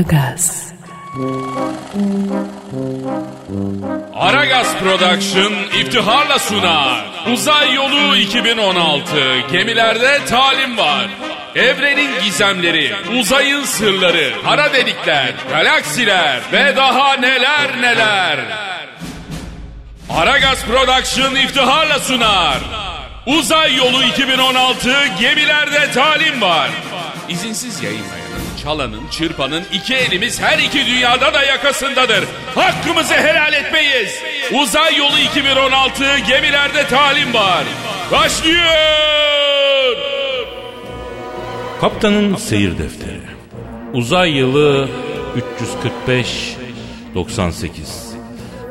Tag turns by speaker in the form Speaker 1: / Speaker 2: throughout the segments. Speaker 1: Aragaz,
Speaker 2: Aragaz Production iftiharla sunar. Uzay Yolu 2016. Gemilerde talim var. Evrenin gizemleri, uzayın sırları, kara delikler, galaksiler ve daha neler neler. Aragaz Production iftiharla sunar. Uzay Yolu 2016 gemilerde talim var. İzinsiz yayınlayanın, çalanın, çırpanın iki elimiz her iki dünyada da yakasındadır. Hakkımızı helal etmeyiz. Uzay Yolu 2016 gemilerde talim var. Başlıyor.
Speaker 3: Kaptanın Seyir Defteri Uzay yılı 345 98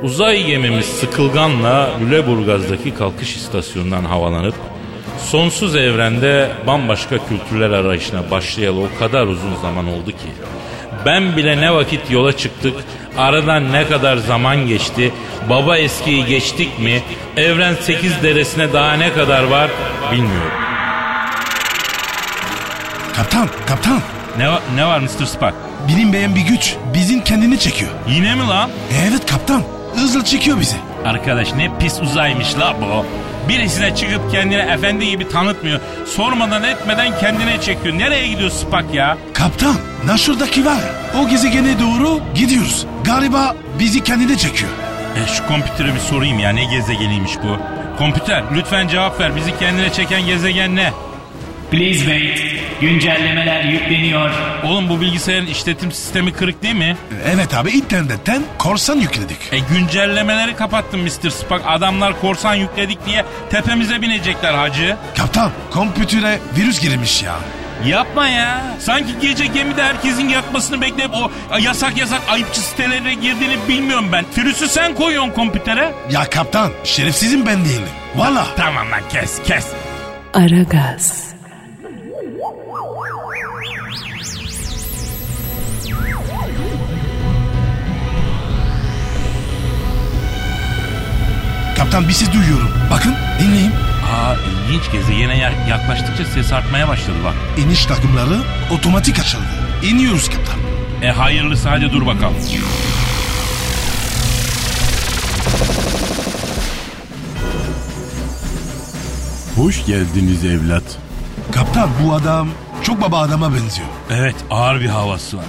Speaker 3: Uzay gemimiz Sıkılgan'la Lüleburgaz'daki kalkış istasyonundan havalanıp sonsuz evrende bambaşka kültürler arayışına başlayalı o kadar uzun zaman oldu ki ben bile ne vakit yola çıktık, aradan ne kadar zaman geçti, baba eskiyi geçtik mi, evren 8 deresine daha ne kadar var bilmiyorum.
Speaker 4: Kaptan, kaptan.
Speaker 3: Ne, va- ne var Mr. Spock?
Speaker 4: Bilinmeyen bir güç bizim kendini çekiyor. E
Speaker 3: Yine mi lan?
Speaker 4: Evet kaptan. Hızlı çekiyor bizi.
Speaker 3: Arkadaş ne pis uzaymış la bu. Birisine çıkıp kendini efendi gibi tanıtmıyor. Sormadan etmeden kendine çekiyor. Nereye gidiyor Spock ya?
Speaker 4: Kaptan, Naşır'daki var ya, o gezegene doğru gidiyoruz. Galiba bizi kendine çekiyor.
Speaker 3: E, şu kompütüre bir sorayım ya ne gezegeniymiş bu? Kompüter lütfen cevap ver. Bizi kendine çeken gezegen ne?
Speaker 5: Please wait. Güncellemeler yükleniyor.
Speaker 3: Oğlum bu bilgisayarın işletim sistemi kırık değil mi?
Speaker 4: Evet abi internetten korsan yükledik.
Speaker 3: E güncellemeleri kapattın Mr. Spock. Adamlar korsan yükledik diye tepemize binecekler hacı.
Speaker 4: Kaptan, kompütüre virüs girmiş ya.
Speaker 3: Yapma ya. Sanki gece gemide herkesin yatmasını bekleyip o yasak yasak ayıpçı sitelere girdiğini bilmiyorum ben. Virüsü sen koyuyorsun kompütere.
Speaker 4: Ya kaptan, şerefsizim ben değilim. Valla.
Speaker 3: Tamam lan kes kes.
Speaker 1: Aragaz,
Speaker 4: Kaptan bir ses duyuyorum. Bakın, dinleyin.
Speaker 3: Aa ilginç gezegene yak- yaklaştıkça ses artmaya başladı bak.
Speaker 4: İniş takımları otomatik açıldı. İniyoruz kaptan.
Speaker 3: E hayırlısı hadi dur bakalım.
Speaker 6: Hoş geldiniz evlat.
Speaker 4: Kaptan bu adam çok baba adama benziyor.
Speaker 3: Evet ağır bir havası var.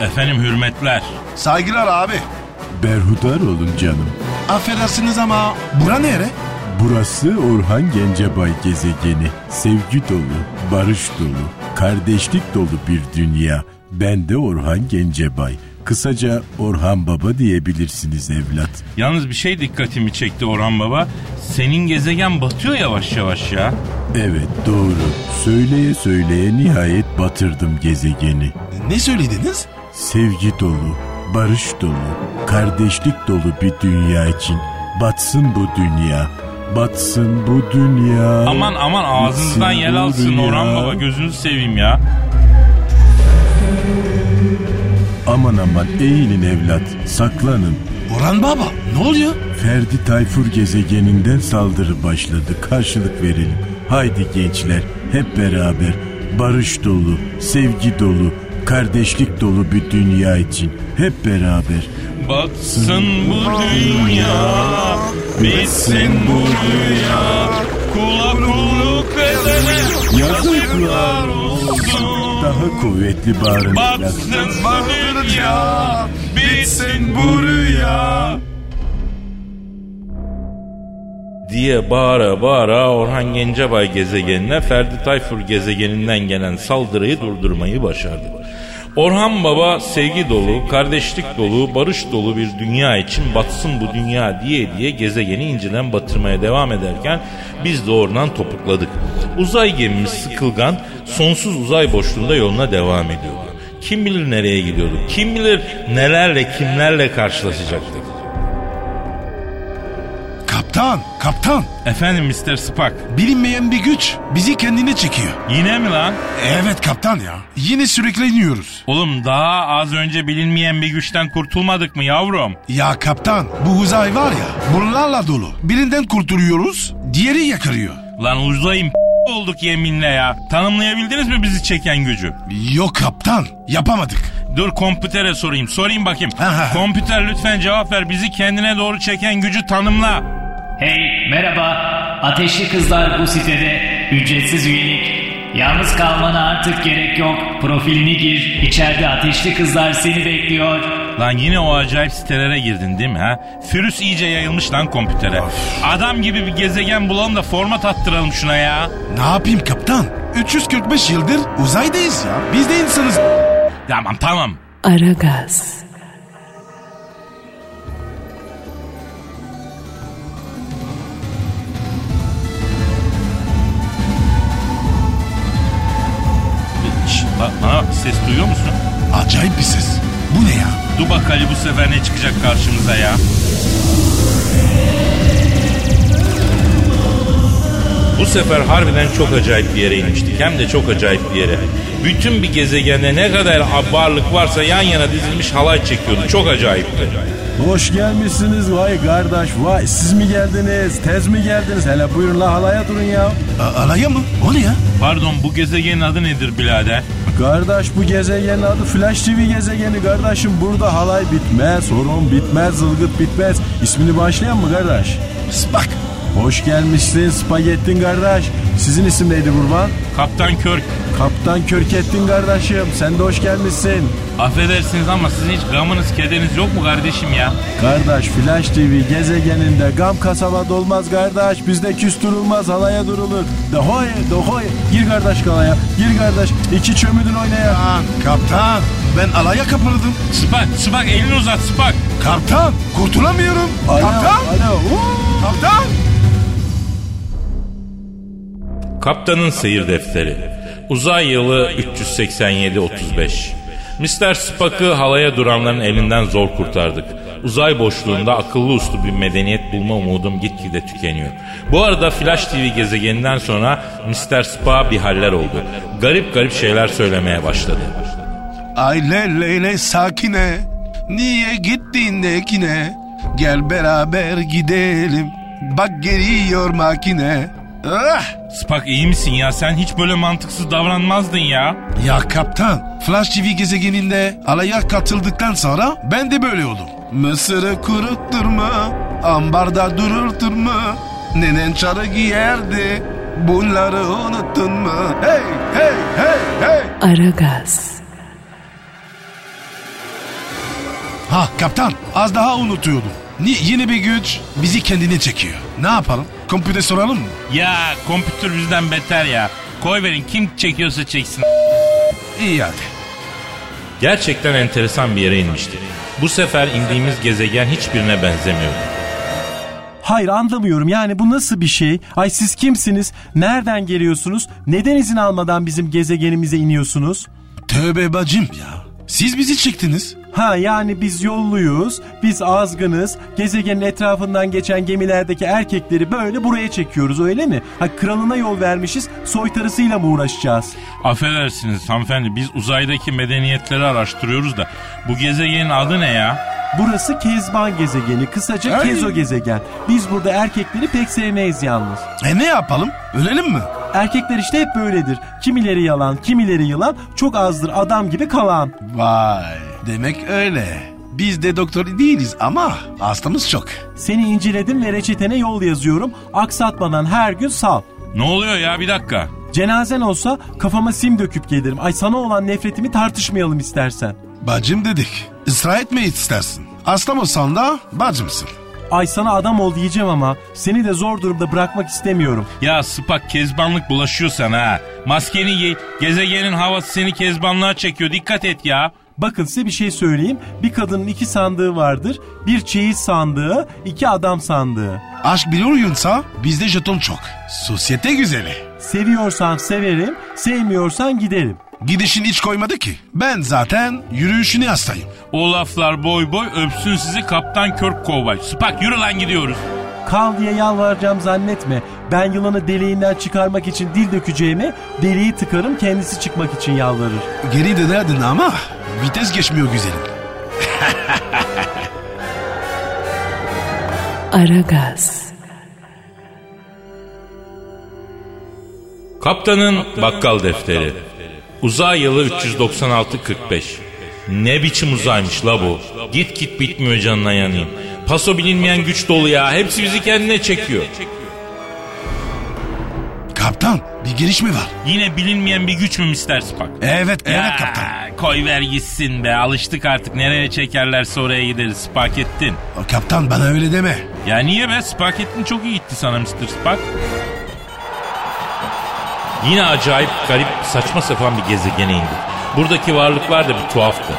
Speaker 3: Efendim hürmetler.
Speaker 4: Saygılar abi.
Speaker 6: Berhudar olun canım.
Speaker 4: Affedersiniz ama bura nere?
Speaker 6: Burası Orhan Gencebay gezegeni. Sevgi dolu, barış dolu, kardeşlik dolu bir dünya. Ben de Orhan Gencebay. Kısaca Orhan Baba diyebilirsiniz evlat.
Speaker 3: Yalnız bir şey dikkatimi çekti Orhan Baba. Senin gezegen batıyor yavaş yavaş ya.
Speaker 6: Evet doğru. Söyleye söyleye nihayet batırdım gezegeni.
Speaker 4: Ne söylediniz?
Speaker 6: Sevgi dolu, barış dolu, kardeşlik dolu bir dünya için. Batsın bu dünya. Batsın bu dünya.
Speaker 3: Aman aman ağzınızdan
Speaker 6: Bitsin
Speaker 3: yel
Speaker 6: bu
Speaker 3: alsın
Speaker 6: dünya.
Speaker 3: Orhan Baba gözünüzü seveyim ya.
Speaker 6: Aman aman eğilin evlat, saklanın.
Speaker 4: Orhan Baba ne oluyor?
Speaker 6: Ferdi Tayfur gezegeninden saldırı başladı. Karşılık verelim. Haydi gençler, hep beraber. Barış dolu, sevgi dolu, kardeşlik dolu bir dünya için. Hep beraber.
Speaker 3: Batsın bu dünya, bitsin bu dünya. Kula kulluk edene
Speaker 6: Yazıklar olsun. Daha kuvvetli bağırın. evlat.
Speaker 3: batsın bu dünya, bitsin bu rüya. diye bağıra bağıra Orhan Gencebay gezegenine Ferdi Tayfur gezegeninden gelen saldırıyı durdurmayı başardı. Orhan Baba sevgi dolu, kardeşlik dolu, barış dolu bir dünya için batsın bu dünya diye diye gezegeni inceden batırmaya devam ederken biz de oradan topukladık. Uzay gemimiz sıkılgan sonsuz uzay boşluğunda yoluna devam ediyordu. Kim bilir nereye gidiyorduk, kim bilir nelerle kimlerle karşılaşacaktık.
Speaker 4: Kaptan, kaptan.
Speaker 3: Efendim Mr. Spock,
Speaker 4: Bilinmeyen bir güç bizi kendine çekiyor.
Speaker 3: yine mi lan?
Speaker 4: Evet kaptan ya. Yine sürükleniyoruz.
Speaker 3: Oğlum daha az önce bilinmeyen bir güçten kurtulmadık mı yavrum?
Speaker 4: Ya kaptan bu uzay var ya bunlarla dolu. Birinden kurtuluyoruz diğeri yakarıyor.
Speaker 3: Lan uzayım olduk yeminle ya. Tanımlayabildiniz mi bizi çeken gücü?
Speaker 4: Yok kaptan yapamadık.
Speaker 3: Dur kompütere sorayım. Sorayım bakayım.
Speaker 4: Aha.
Speaker 3: Kompüter lütfen cevap ver. Bizi kendine doğru çeken gücü tanımla.
Speaker 5: Hey merhaba. Ateşli Kızlar bu sitede ücretsiz üyelik. Yalnız kalmana artık gerek yok. Profilini gir. İçeride Ateşli Kızlar seni bekliyor.
Speaker 3: Lan yine o acayip sitelere girdin değil mi ha? Firüs iyice yayılmış lan kompütere. Adam gibi bir gezegen bulalım da format attıralım şuna ya.
Speaker 4: Ne yapayım kaptan? 345 yıldır uzaydayız ya. Biz de insanız.
Speaker 3: Tamam tamam.
Speaker 1: Aragaz,
Speaker 3: Şşt, ba- bana bak, ses duyuyor musun?
Speaker 4: Acayip bir ses. Bu ne ya?
Speaker 3: Dur bakalım bu sefer ne çıkacak karşımıza ya. Bu sefer harbiden çok acayip bir yere inmiştik. Hem de çok acayip bir yere. Bütün bir gezegende ne kadar varlık varsa yan yana dizilmiş halay çekiyordu. Çok acayipti.
Speaker 7: Hoş gelmişsiniz vay kardeş vay siz mi geldiniz tez mi geldiniz hele buyurun la halaya durun ya.
Speaker 4: A- alaya mı? O ne ya?
Speaker 3: Pardon bu gezegenin adı nedir birader?
Speaker 7: Kardeş bu gezegenin adı Flash TV gezegeni kardeşim burada halay bitmez horon bitmez zılgıt bitmez ismini başlayan mı kardeş?
Speaker 4: Spak.
Speaker 7: Hoş gelmişsin spagettin kardeş sizin isim neydi kurban?
Speaker 3: Kaptan Körk.
Speaker 7: Kaptan Körkettin kardeşim sen de hoş gelmişsin.
Speaker 3: Affedersiniz ama sizin hiç gamınız kederiniz yok mu kardeşim ya?
Speaker 7: Kardeş Flash TV gezegeninde gam kasaba dolmaz kardeş. Bizde küs durulmaz halaya durulur. Dehoy dehoy. Gir kardeş kalaya. Gir kardeş. iki çömüdün oynaya.
Speaker 4: Lan kaptan ben alaya kapıldım.
Speaker 3: Spak, Spak elini uzat Spak.
Speaker 4: Kaptan kurtulamıyorum.
Speaker 7: Alo,
Speaker 4: kaptan.
Speaker 7: alo. Uuu.
Speaker 4: Kaptan.
Speaker 3: Kaptanın Seyir Defteri Uzay yılı 387-35 Mr. Spock'ı halaya duranların elinden zor kurtardık. Uzay boşluğunda akıllı uslu bir medeniyet bulma umudum gitgide tükeniyor. Bu arada Flash TV gezegeninden sonra Mr. Spock'a bir haller oldu. Garip garip şeyler söylemeye başladı.
Speaker 4: Ay le le le sakine. Niye gittin nekine? Gel beraber gidelim. Bak geliyor makine. Ah!
Speaker 3: Spock iyi misin ya? Sen hiç böyle mantıksız davranmazdın ya.
Speaker 4: Ya kaptan, Flash TV gezegeninde alaya katıldıktan sonra ben de böyle oldum. Mısırı kurutturma, ambarda dururturma, nenen çarı giyerdi. Bunları unuttun mu? Hey, hey, hey, hey!
Speaker 1: Aragaz,
Speaker 4: Ha kaptan, az daha unutuyordum. Ni yeni bir güç bizi kendine çekiyor. Ne yapalım? Kompüte soralım mı?
Speaker 3: Ya kompütür bizden beter ya. Koy verin kim çekiyorsa çeksin.
Speaker 4: İyi hadi.
Speaker 3: Gerçekten enteresan bir yere inmişti. Bu sefer indiğimiz gezegen hiçbirine benzemiyordu.
Speaker 6: Hayır anlamıyorum yani bu nasıl bir şey? Ay siz kimsiniz? Nereden geliyorsunuz? Neden izin almadan bizim gezegenimize iniyorsunuz?
Speaker 4: Tövbe bacım ya. Siz bizi çektiniz.
Speaker 6: Ha yani biz yolluyuz, biz azgınız, gezegenin etrafından geçen gemilerdeki erkekleri böyle buraya çekiyoruz öyle mi? Ha kralına yol vermişiz, soytarısıyla mı uğraşacağız?
Speaker 3: Affedersiniz hanımefendi biz uzaydaki medeniyetleri araştırıyoruz da bu gezegenin adı ne ya?
Speaker 6: Burası Kezban gezegeni, kısaca
Speaker 4: Ay.
Speaker 6: Kezo gezegen. Biz burada erkekleri pek sevmeyiz yalnız.
Speaker 4: E ne yapalım? Ölelim mi?
Speaker 6: Erkekler işte hep böyledir. Kimileri yalan, kimileri yılan, çok azdır adam gibi kalan.
Speaker 4: Vay. Demek öyle. Biz de doktor değiliz ama hastamız çok.
Speaker 6: Seni inceledim ve reçetene yol yazıyorum. Aksatmadan her gün sal.
Speaker 3: Ne oluyor ya bir dakika.
Speaker 6: Cenazen olsa kafama sim döküp gelirim. Ay sana olan nefretimi tartışmayalım istersen.
Speaker 4: Bacım dedik. Israr etme istersin. Hasta mısın da bacımsın.
Speaker 6: Ay sana adam ol diyeceğim ama seni de zor durumda bırakmak istemiyorum.
Speaker 3: Ya Spak kezbanlık bulaşıyor sana ha. Maskeni giy gezegenin havası seni kezbanlığa çekiyor dikkat et ya.
Speaker 6: Bakın size bir şey söyleyeyim. Bir kadının iki sandığı vardır. Bir çeyiz sandığı, iki adam sandığı.
Speaker 4: Aşk bir oyunsa bizde jeton çok. Sosyete güzeli.
Speaker 6: Seviyorsan severim, sevmiyorsan giderim.
Speaker 4: Gidişini hiç koymadı ki. Ben zaten yürüyüşüne hastayım.
Speaker 3: O laflar boy boy öpsün sizi kaptan körk kovboy. Spak yürü lan gidiyoruz.
Speaker 6: Kal diye yalvaracağım zannetme. Ben yılanı deliğinden çıkarmak için dil dökeceğime deliği tıkarım kendisi çıkmak için yalvarır.
Speaker 4: Geri de derdin ama vites geçmiyor güzelim.
Speaker 1: Aragaz,
Speaker 3: Kaptanın bakkal defteri. Uzay yılı 396-45. Ne biçim uzaymış la bu. Git git bitmiyor canına yanayım. Paso bilinmeyen güç dolu ya. Hepsi bizi kendine çekiyor.
Speaker 4: Kaptan bir giriş mi var?
Speaker 3: Yine bilinmeyen bir güç mü Mr. Spock?
Speaker 4: Evet evet
Speaker 3: Ya,
Speaker 4: kaptan.
Speaker 3: Koy ver gitsin be. Alıştık artık. Nereye çekerlerse oraya gideriz. Spock ettin.
Speaker 4: O kaptan bana öyle deme.
Speaker 3: Ya niye be? Spock ettin çok iyi gitti sana Mr. Spock. Yine acayip garip saçma sapan bir gezegene indik. Buradaki varlıklar da bir tuhaftı.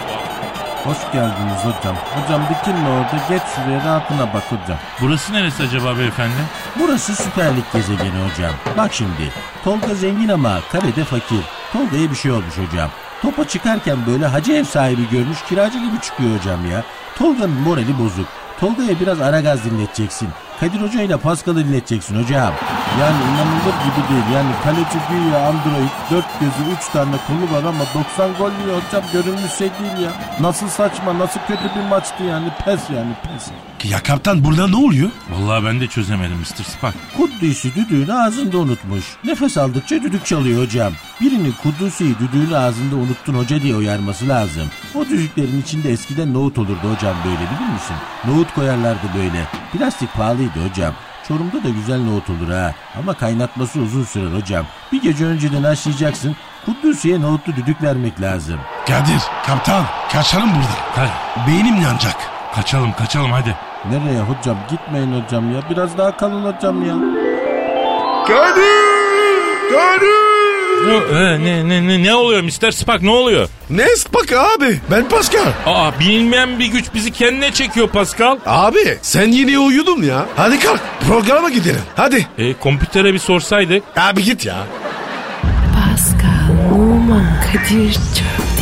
Speaker 6: Hoş geldiniz hocam. Hocam dikinle orada geç şuraya rahatına bak hocam.
Speaker 3: Burası neresi acaba beyefendi?
Speaker 6: Burası Süper Lig gezegeni hocam. Bak şimdi. Tolga zengin ama kalede fakir. Tolga'ya bir şey olmuş hocam. Topa çıkarken böyle hacı ev sahibi görmüş kiracı gibi çıkıyor hocam ya. Tolga'nın morali bozuk. Tolga'ya biraz ara gaz dinleteceksin. Kadir Hoca ile Paskal'ı dinleteceksin hocam. Yani inanılır gibi değil. Yani kaleci güya Android, dört gözü, üç tane kolu var ama 90 gol yiyor hocam. Görülmüş şey değil ya. Nasıl saçma, nasıl kötü bir maçtı yani. Pes yani pes.
Speaker 4: Ya kaptan burada ne oluyor?
Speaker 3: Vallahi ben de çözemedim Mr. Spock.
Speaker 6: Kuddüs'ü düdüğünü ağzında unutmuş. Nefes aldıkça düdük çalıyor hocam. Birinin Kuddüs'ü düdüğünü ağzında unuttun hoca diye uyarması lazım. O düdüklerin içinde eskiden nohut olurdu hocam böyle bilir misin? Nohut koyarlardı böyle. Plastik pahalıydı hocam. Çorum'da da güzel nohut olur ha. Ama kaynatması uzun sürer hocam. Bir gece önceden haşlayacaksın. Kuddüs'e nohutlu düdük vermek lazım.
Speaker 4: Kadir kaptan kaçalım buradan. Beynim yanacak.
Speaker 3: kaçalım kaçalım hadi.
Speaker 6: Nereye hocam? Gitmeyin hocam ya. Biraz daha kalın hocam ya.
Speaker 3: e, ne, ne, ne, ne oluyor Mr. Spock ne oluyor?
Speaker 4: Ne Spock abi? Ben Pascal.
Speaker 3: Aa bilinmeyen bir güç bizi kendine çekiyor Pascal.
Speaker 4: Abi sen yine uyudun ya. Hadi kalk programa gidelim. Hadi.
Speaker 3: E, kompütere bir sorsaydık.
Speaker 4: Abi git ya.
Speaker 1: Pascal, Oman, Kadir çok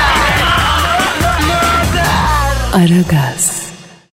Speaker 1: Aragaz.